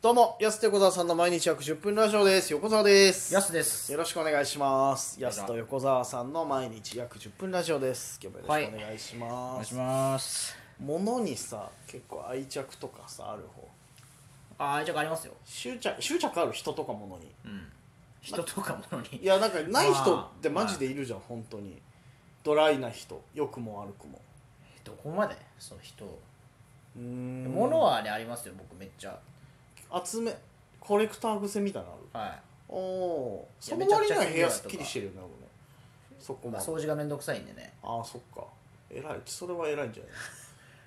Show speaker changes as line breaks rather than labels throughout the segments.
どうも、やすと横澤さんの毎日約10分ラジオです。横澤です。
やすです
よろしくお願いします。
よ
や
ろしく
すと横澤さんの毎日約10分ラジオです。今日もよろしくお願いし
お
ます。
ます
物にさ、結構愛着とかさ、ある方。
あ愛着ありますよ
執着、執着ある人とか物に。
うん人とか物
い
に
や、なんかない人って
まあ
マジでいるじゃん、本当に。ドライな人、良くも悪くも。
どこまでその人
うーん
物はねありますよ僕めっちゃ
集め、コレクター癖みたいなのある。
は
おおー。
いや
その割には
めちゃくちゃ
部屋すっきりしてるよね、俺ね。そこ
い、ま
ま
あ、
で。
掃除がめんどくさいんでね
ああそっか偉いそれは偉いんじゃ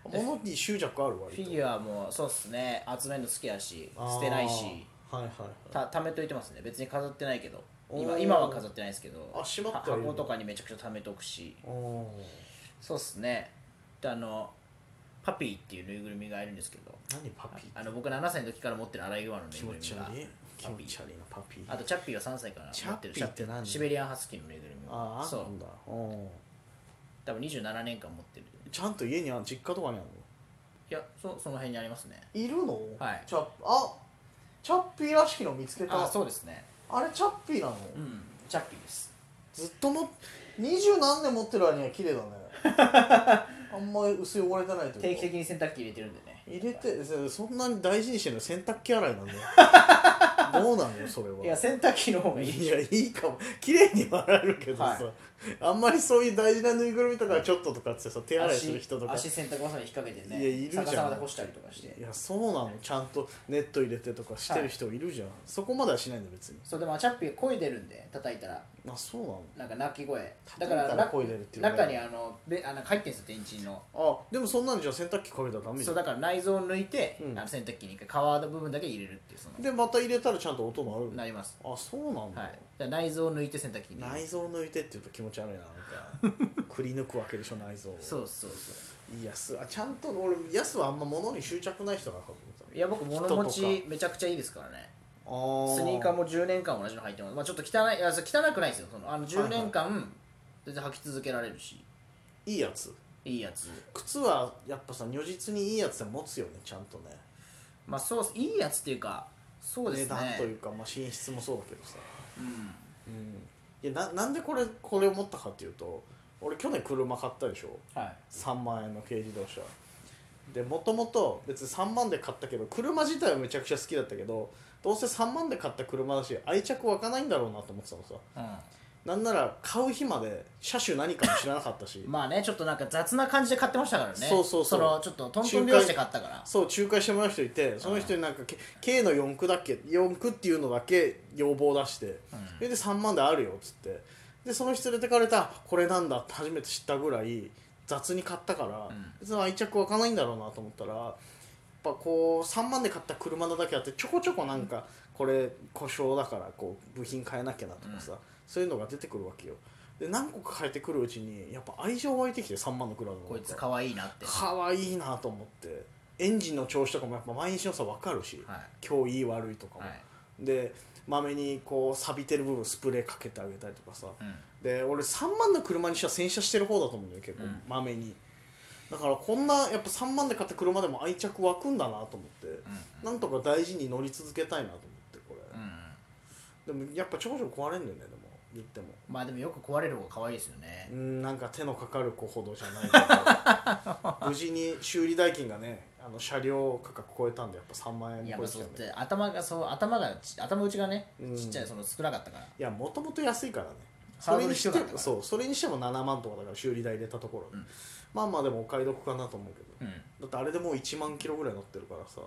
ない 物に執着ある
フ
割と
ィギュアもそうっすね集めるの好きだし
あー
捨てないし
はいはいはい
た貯めといてますね別に飾ってないけど
お
今
ー
今は飾ってないですけど
あしまってはいる
箱とかにめちゃくちゃ貯めとくし
おー
そうっすねであのパピーっていうぬいぐるみがいるんですけど
何パピー
あの僕7歳の時から持ってるアライグマのぬい
気
ぐ
持
るみ
ち
が
悪い気
パ
持
ピー
ち悪いなパピー
あとチャッピーは3歳から持ってる
チャッピーって何
シベリアンハスキーのぬいぐるみ
ああ
そ
あ
うん
だお
多分27年間持ってる
ーちゃんと家にある実家とかにある
いやそその辺にありますね
のいるの
はい
チャッあチャッピーらしきの見つけた
あ
あ
そうですね
れチャッピーなの
うんチャッピーです
ずっとも二十何年持ってる割には綺麗だね あんまり薄い汚れてないというか
定期的に洗濯機入れてるんでね
入れてそそんなに大事にしてるの洗濯機洗いなん だよどうなのよそれはい
や洗濯機の方がいい
いやいいかも綺麗には洗えるけどさ、
はい
あんまりそういう大事なぬいぐるみとかちょっととかってさ手洗いする人とか
足足洗濯バサミ引っ掛けてね
いやいるじゃん
逆さまで干したりとかして
いやそうなのちゃんとネット入れてとかしてる人いるじゃん、そこまではしないんだ別に
そうでもチャッピー声出るんで叩いたら
あそうなの
なんか泣き声だ
叩いた
か
ら
らな
声出るっていうね
中にあのべあの入ってんすよ電池の
あでもそんなんじゃ洗濯機かけたらダメじ
そ
ゃ
うだから内臓を抜いて、
うん
あの洗濯機に一回皮の部分だけ入れるっていうそ
んでまた入れたらちゃんと音も
の
あ
なります
るあそうなんだ、
はい、だから内臓を抜いて洗濯機に
内臓抜いてって言うと気持ち悪いななんか くり抜くわけでしょ内臓を
そうそうそ
いやすあちゃんと俺ヤスはあんま物に執着ない人だなのかと思った
ういや僕物
人と
持
か
ちめちゃくちゃいいですからね
あ
スニーカー
も
も10年間同じの履いてます、まあ、ちょっと汚いいやそれ汚くないですよそのあの10年間、全然履き続けられるし
いいやつ
いいやつ
靴はやっぱさ如実にいいやつで持つよねちゃんとね
まあそうっすいいやつっていうかそうですね
値段というか、まあ、品質もそうだけどさ、
うん
うん、いやななんでこれこれを持ったかっていうと俺去年車買ったでしょ
はい
3万円の軽自動車でもともと別に3万で買ったけど車自体はめちゃくちゃ好きだったけどどうせ3万で買った車だし愛着湧かないんだろうなと思ってたのさ
う
なんなら買う日まで車種何かも知らなかったし
ん、 まあねちょっとなんか雑な感じで買ってましたからね
そうそうそう
のちょっとトントン拍子で買ったから
そう仲介してもらう人いてその人になんかけ K の4区だっけ4区っていうのだけ要望出して、それで3万であるよっつってでその人連れてかれたこれなんだって初めて知ったぐらい雑に買ったから、
うん
別に愛着湧かないんだろうなと思ったらやっぱこう3万で買った車なだけあってちょこちょこなんかこれ故障だからこう部品変えなきゃなとかさ、そういうのが出てくるわけよで何個か変えてくるうちにやっぱ愛情湧いてきて3万の車の方が
こいつ可愛いなって
可愛いなと思ってエンジンの調子とかもやっぱ毎日の差分かるし、
は
今日いい悪いとか
い
も、
はい
でまめにこう錆びてる部分スプレーかけてあげたりとかさ
うん
で俺3万の車にしては洗車してる方だと思うんだよ結構
うん
まめに、だからこんなやっぱ3万で買った車でも愛着湧くんだなと思って、
う
なんとか大事に乗り続けたいなと思ってこ
んうんう
れ、
ん
でもやっぱちょこちょこ壊れんだよねでも言っても
まあでもよく壊れる方が可愛いですよね
う、んなんか手のかかる子ほどじゃない けど無事に修理代金がねあの車両価格超えたんでやっぱ3万円
いや
超
ま
え
あ
てき
そ
た
うっ
んで
て頭がそう頭がち頭打ちがね、
うん
ちっちゃいその少なかったから
いやもともと安いからねそ
ハー
れ
ドル
にして
低かった
も
から
そうそれにしても7万とかだから修理代入れたところ、
うん
まあまあでもお買い得かなと思うけど、
うん
だってあれでもう1万キロぐらい乗ってるからさ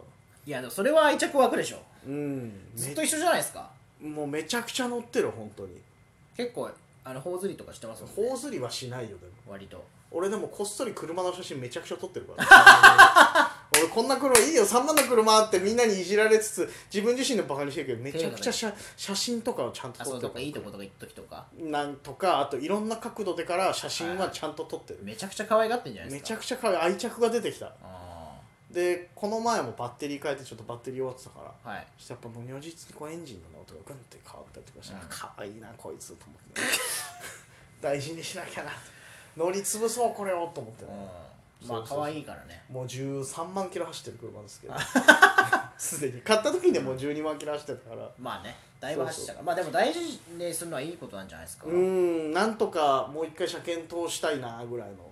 いやでもそれは愛着湧くでしょ
うん
ずっと一緒じゃないですか
めもうめちゃくちゃ乗ってる本当に
結構あの頬ずりとかしてますもんね
頬ずりはしないよでも
割と
俺でもこっそり車の写真めちゃくちゃ撮ってるから 俺こんな車いいよ3万の車ってみんなにいじられつつ自分自身でバカにしてるけどめちゃくちゃ写写真とかをちゃんと
あ
撮
そ
って
うと
る
かいいとことか行った時とか
なんとかあといろんな角度でから写真はちゃんと撮ってる、
めちゃくちゃ可愛がってんじゃないで
め
す
ち
か
ゃくちゃ可愛い愛着が出てきた
あ
でこの前もバッテリー変えてちょっとバッテリー終わってたから
ーはい
そしてやっぱもう如実にこうエンジンの音がグンって変わったりとかして、
うん
あ可愛いなこいつと思って、 大事にしなきゃな乗り潰そうこれをと思ってね、
うん
そ
ま
う
あ
そうそう
可愛いからね
もう13万キロ走ってる車ですけどすでに買った時にでもう12万切らしてたから
まあねだいぶ走ったからまあでも大事にするのはいいことなんじゃないですか、
う
うん
んなんとかもう一回車検通したいなぐらいの、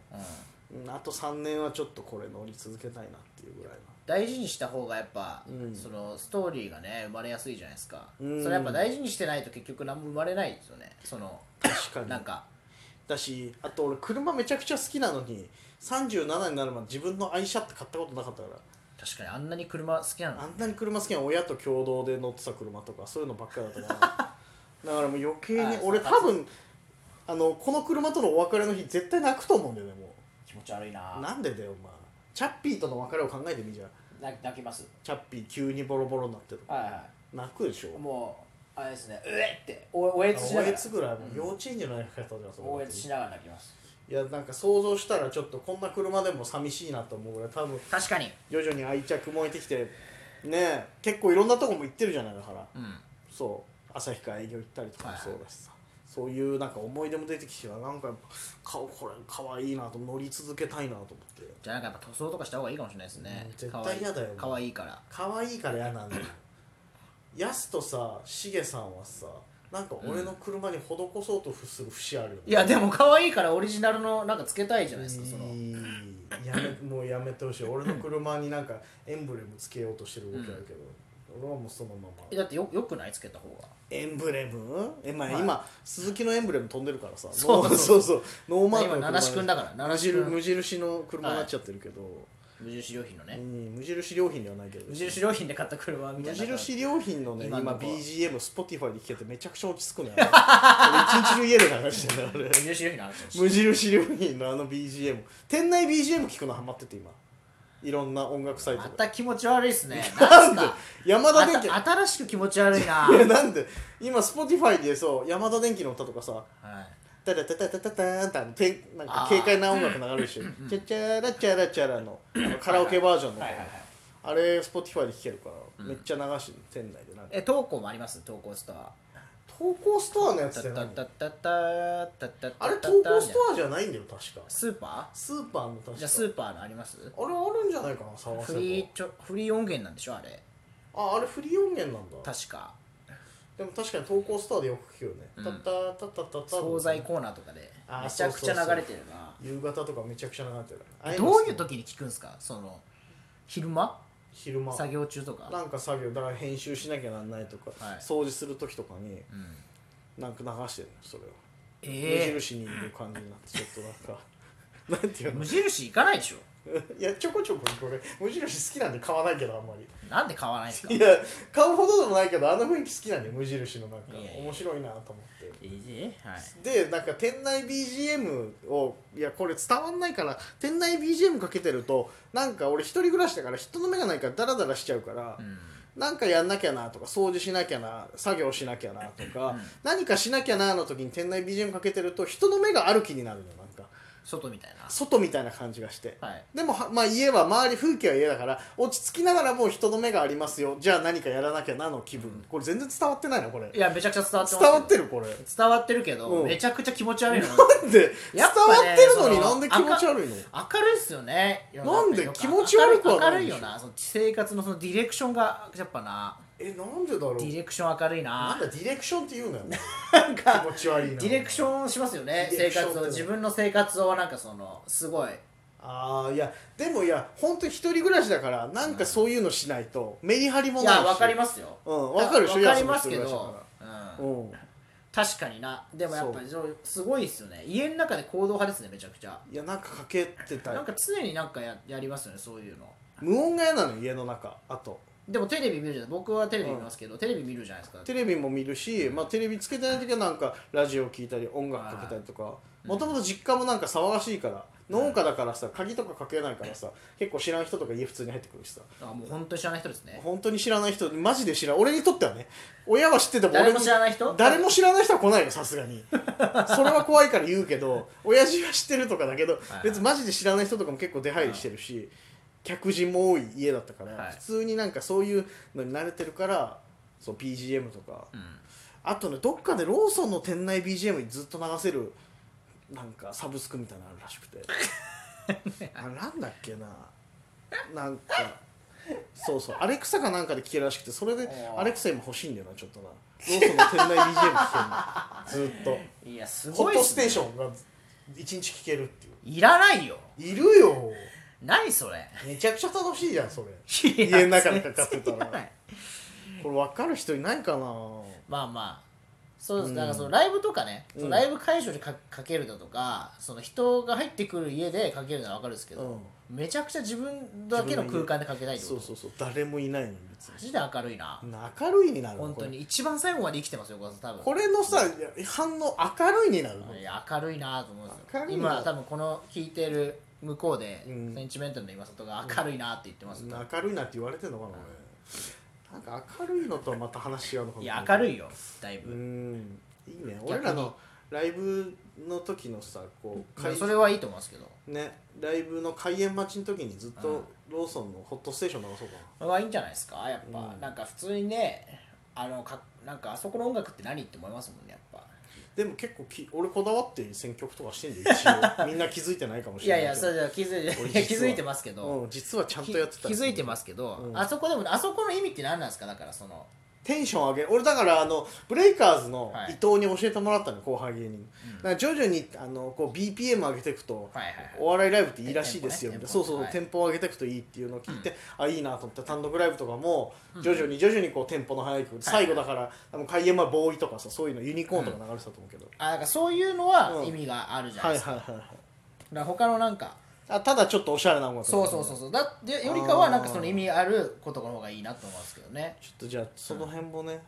うん、あと3年はちょっとこれ乗り続けたいなっていうぐらい
大事にした方がやっぱ、
ん
そのストーリーがね生まれやすいじゃないですか、
うん
それやっぱ大事にしてないと結局何も生まれないですよねその
な確かに
なんか
だしあと俺車めちゃくちゃ好きなのに37になるまで自分の愛車って買ったことなかったから
確かにあんなに車好きなの
あんなに車好きな親と共同で乗ってた車とかそういうのばっかりだったから だからもう余計
あ
に
ー
俺
そ
多
うか
分あのこの車とのお別れの日絶対泣くと思うんだよねも
気持ち悪いな
うなんでだよお前チャッピーとの別れを考えてみじゃん
泣泣きます
チャッピー急にボロボロになってる
はいは
泣くでしょ
いもうあれですねうえっておおえつしな
お
が
え
ら
つぐらいもう幼稚園じゃないかったじゃんそれ
おえつしながら泣きます
いやなんか想像したらちょっとこんな車でも寂しいなと思うぐらい多分
確かに
徐々に愛着燃えてきてねえ結構いろんなとこも行ってるじゃないだから
うん
そう旭川営業行ったりとかも
はい
そうだしさ、そういうなんか思い出も出てきてなんかやっぱ顔これ可愛いなと乗り続けたいなと思って
じゃあなんかやっぱ塗装とかした方がいいかもしれないですね、
うん絶対
かわいい
嫌だよ
かわいいから
可愛いから嫌なんだよやすとさしげさんはさなんか俺の車に施そうとする節あるよね、
いやでも可愛いからオリジナルのなんかつけたいじゃないですかその
いいやめもうやめてほしい俺の車になんかエンブレムつけようとしてる動きあるけど、俺はもうそのま
え
ま
だってよよくないつけた方が
エンブレムえ、まあ
はい
今鈴木のエンブレム飛んでるからさ
そう
ノー
そう
そうノーマークの
今七志くんだから
無
七志く
印
ん
無印の車になっちゃってるけど、
無印良品のね、
うん、無印良品ではないけど
無印良品で買った車みた
無
いな
印良品のね今
今の子
BGM Spotify で聴けてめちゃくちゃ落ち着くのよ 俺一日中家で流してる俺
無印良品の話をして
無印良品のあの BGM 店内 BGM 聞くのハマってて今いろんな音楽サイト
ま
で
た気持ち悪いっすね
なんで
なんすか
山田電機い
あた新しく気持ち悪いな、
やなんで今 Spotify でそう山田電機の歌とかさ
はい
「タラタタタタターン」ってあのてなんか軽快な音楽流れるし「チャチャラチャラチャラの」あのカラオケバージョンの
はいはいはい
あれ Spotify で聴けるからめっちゃ流してる店内でなんか
え投稿もあります投稿ストア
投稿ストアのやつ
タ
って
ッタッ
何
タッタッタッタッタッタッタッタ
あれ投稿ストアじゃないんだよ確か
スーパ
スーパーの確
ー
か
じゃあスーパーのあります
あれあるんじゃないかな探せ
フ
ば
リーちょフリー音源なんでしょあれ
ああれフリー音源なんだ
確か
でも確かに投稿ストアでよく聞くよね、
うん
たったたったたった
惣菜コーナーとかで
あー
めちゃくちゃ
そうそうそう
流れてるな
夕方とかめちゃくちゃ流れてるああ
どうい
の好
う
き
時に聞くんですかその昼間
昼間
作業中とか
なんか作業だから編集しなきゃなんないとか、
はい
掃除する時とかに
うん
なんか流してるのそれを、無
え
印にいる感じになってちょっとなんか なんてい
え
うの
無印行かないでしょ
いやちょこちょここれ無印好きなんで買わないけどあんまり
なんで買わないんですか
いや買うほどでもないけどあの雰囲気好きなんで無印のなんか
いやいや
面白いなと思って
ええはい
でなんか店内 BGM をいやこれ伝わんないから店内 BGM かけてるとなんか俺一人暮らしだから人の目がないからダラダラしちゃうから、
うん
なんかやんなきゃなとか掃除しなきゃな作業しなきゃなとか、
うん
何かしなきゃなの時に店内 BGM かけてると人の目がある気になるのよなんか
外みたい
外みたいな感じがして。
なはい
でもは、まあ、家は周り風景は家だから落ち着きながらもう人の目がありますよじゃあ何かやらなきゃなの気分、これ全然伝わってないのこれ
いやめちゃくちゃ伝わって
伝
ますよ
わってるこれ
伝わってるけど、
うん
めちゃくちゃ気持ち 悪いの
なんで伝
や
わ
っ
っ
ぱね
てるのに
その
なんで気持ち悪いの
明るいっすよね世の中
なんで
やっぱ
気持ち悪くは
明
な
る
い
い
でしょ
よなその生活のそのディレクションがやっぱな
えなんでだろう
ディレクション明るい
なん
な
だディレクションって言うのよ
なんか
気持ち悪い
デ
な
ィレクションしますよね
ディレ
生
クション
活を自分の生活をなんかそのすごい
ああいやでもいや本当に一人暮らしだからなんかそういうのしないとメリハリも
い
ないし
やわかりますよ
うんわかるでしょ
わかりますけ
いやその人
ど
たち
うん
うん
確かになでもやっぱりそうすごいっすよね家の中で行動派ですねめちゃくちゃ
いやなんかかけてた
なんか常になんかややりますよねそういうの
無音が嫌なの家の中あと
でもテレビ見るじゃない僕はテレビ見ますけど、テレビ見るじゃないですか
テレビも見るし、まあ、テレビつけてない時はなんかラジオ聞いたり音楽かけたりとかもともと実家もなんか騒がしいから農家だからさ鍵とかかけないからさ結構知らん人とか家普通に入ってくるしさ
あもう本当に知らない人ですね
本当に知らない人マジで知らん俺にとってはね親は知ってても俺に
誰も知らない人
誰も知らない人は来ないよさすが にそれは怖いから言うけど親父は知ってるとかだけど
はい
別にマジで知らない人とかも結構出入りしてるし客人も多い家だったから、
はい
普通になんかそういうのに慣れてるからそう BGM とか
うん
あとねどっかでローソンの店内 BGM にずっと流せるなんかサブスクみたいなのあるらしくてあなんだっけななんかそうそうアレクサかなんかで聴けるらしくてそれで
おー
アレクサ今欲しいんだよなちょっとなローソンの店内 BGM 聴けるのずっと
いやす
ホ
ご
ッ
いっ
ト
す
ス
ね
テーションが一日聴けるっていう
いらないよ
いるよ
何それ
めちゃくちゃ楽しいじゃんそれ
家
家の中でかかってたら
ない
これ分かる人いないかな
まあまあそうです、
うん
だからそのライブとかね、
うん
そのライブ会場でかかけるだとかその人が入ってくる家でかけるのは分かるんですけど、めちゃくちゃ自分だけの空間でかけたいって
そ
こと
うそうそう誰もいないのに別に
マジで明るいな、
明るいになる
本当に一番最後まで生きてますよ、小田さん多分
これこれのさ反応明るいになるの
いや明るいなと思うんですよ
明るいな
今多分この聞いてる向こうで、
うん
センチメンタルの今里が明るいなって言ってますよ、
明るいなって言われてんのかな俺なんか明るいのとはまた話違うのかも
いや明る
い
いよだいうぶ、
んいいね
逆に
俺らのライブの時のさこう開
それはいいと思いますけど
ねライブの開演待ちの時にずっ
う
とローソンのホットステーション流そうかな
これはいいんじゃないですかやっぱ、
うん
なんか普通にねあのかなんかあそこの音楽って何って思いますもんねやっぱ
でも結構き俺こだわって選曲とかしてんで一応 みんな気づいてないかもし
い
れ
や
ない
い
け
や
ど
それじゃ気づい
俺実
ていや
は
気づいてますけど、
うん、実はちゃんとやってた
気づいて
す
ますけど、
うん
あそこでもあそこの意味って何なんですかだからその、
テンション上げる俺だからあのブレイカーズの
は
伊
い
藤に教えてもらったの後輩芸人、
うん
だから徐々にあのこう BPM 上げていくと、
はいはいはい
お笑いライブっていいらしいですよみ
テ
たい
ンポ
な
ね
そうそうそう、
テ
テンポを上げていくといいっていうのを聞いて、あいいなと思って単独ライブとかも徐々に徐々にこうテンポの速い曲、最後だから多分開演前ボーイとかさそういうのユニコーンとか流れてたと思うけど、
あなんかそういうの
う
は
ん
意味があるじゃな
は
い
い
で
は
す
い
か,、
はいはい
だから他のなんか
あただちょっとおしゃれな音楽
そうそうそうそうだでよりかはなんかその意味あることの方がいいなと思いますけどね
ちょっとじゃあその辺もね、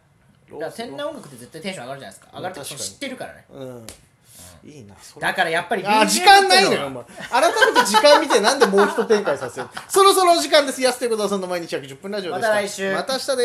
だから天然音楽って絶対テンション上がるじゃないですか上がるって
うん確かに
知ってるからね
うんいいなそれ
だからやっぱり
あ
BGM
時間ないの
ってう
よお
は
前改めて時間見てなんでもう一展開させるそろそろお時間です安ということはその毎日約10分ラジオでした
また来週
また明日です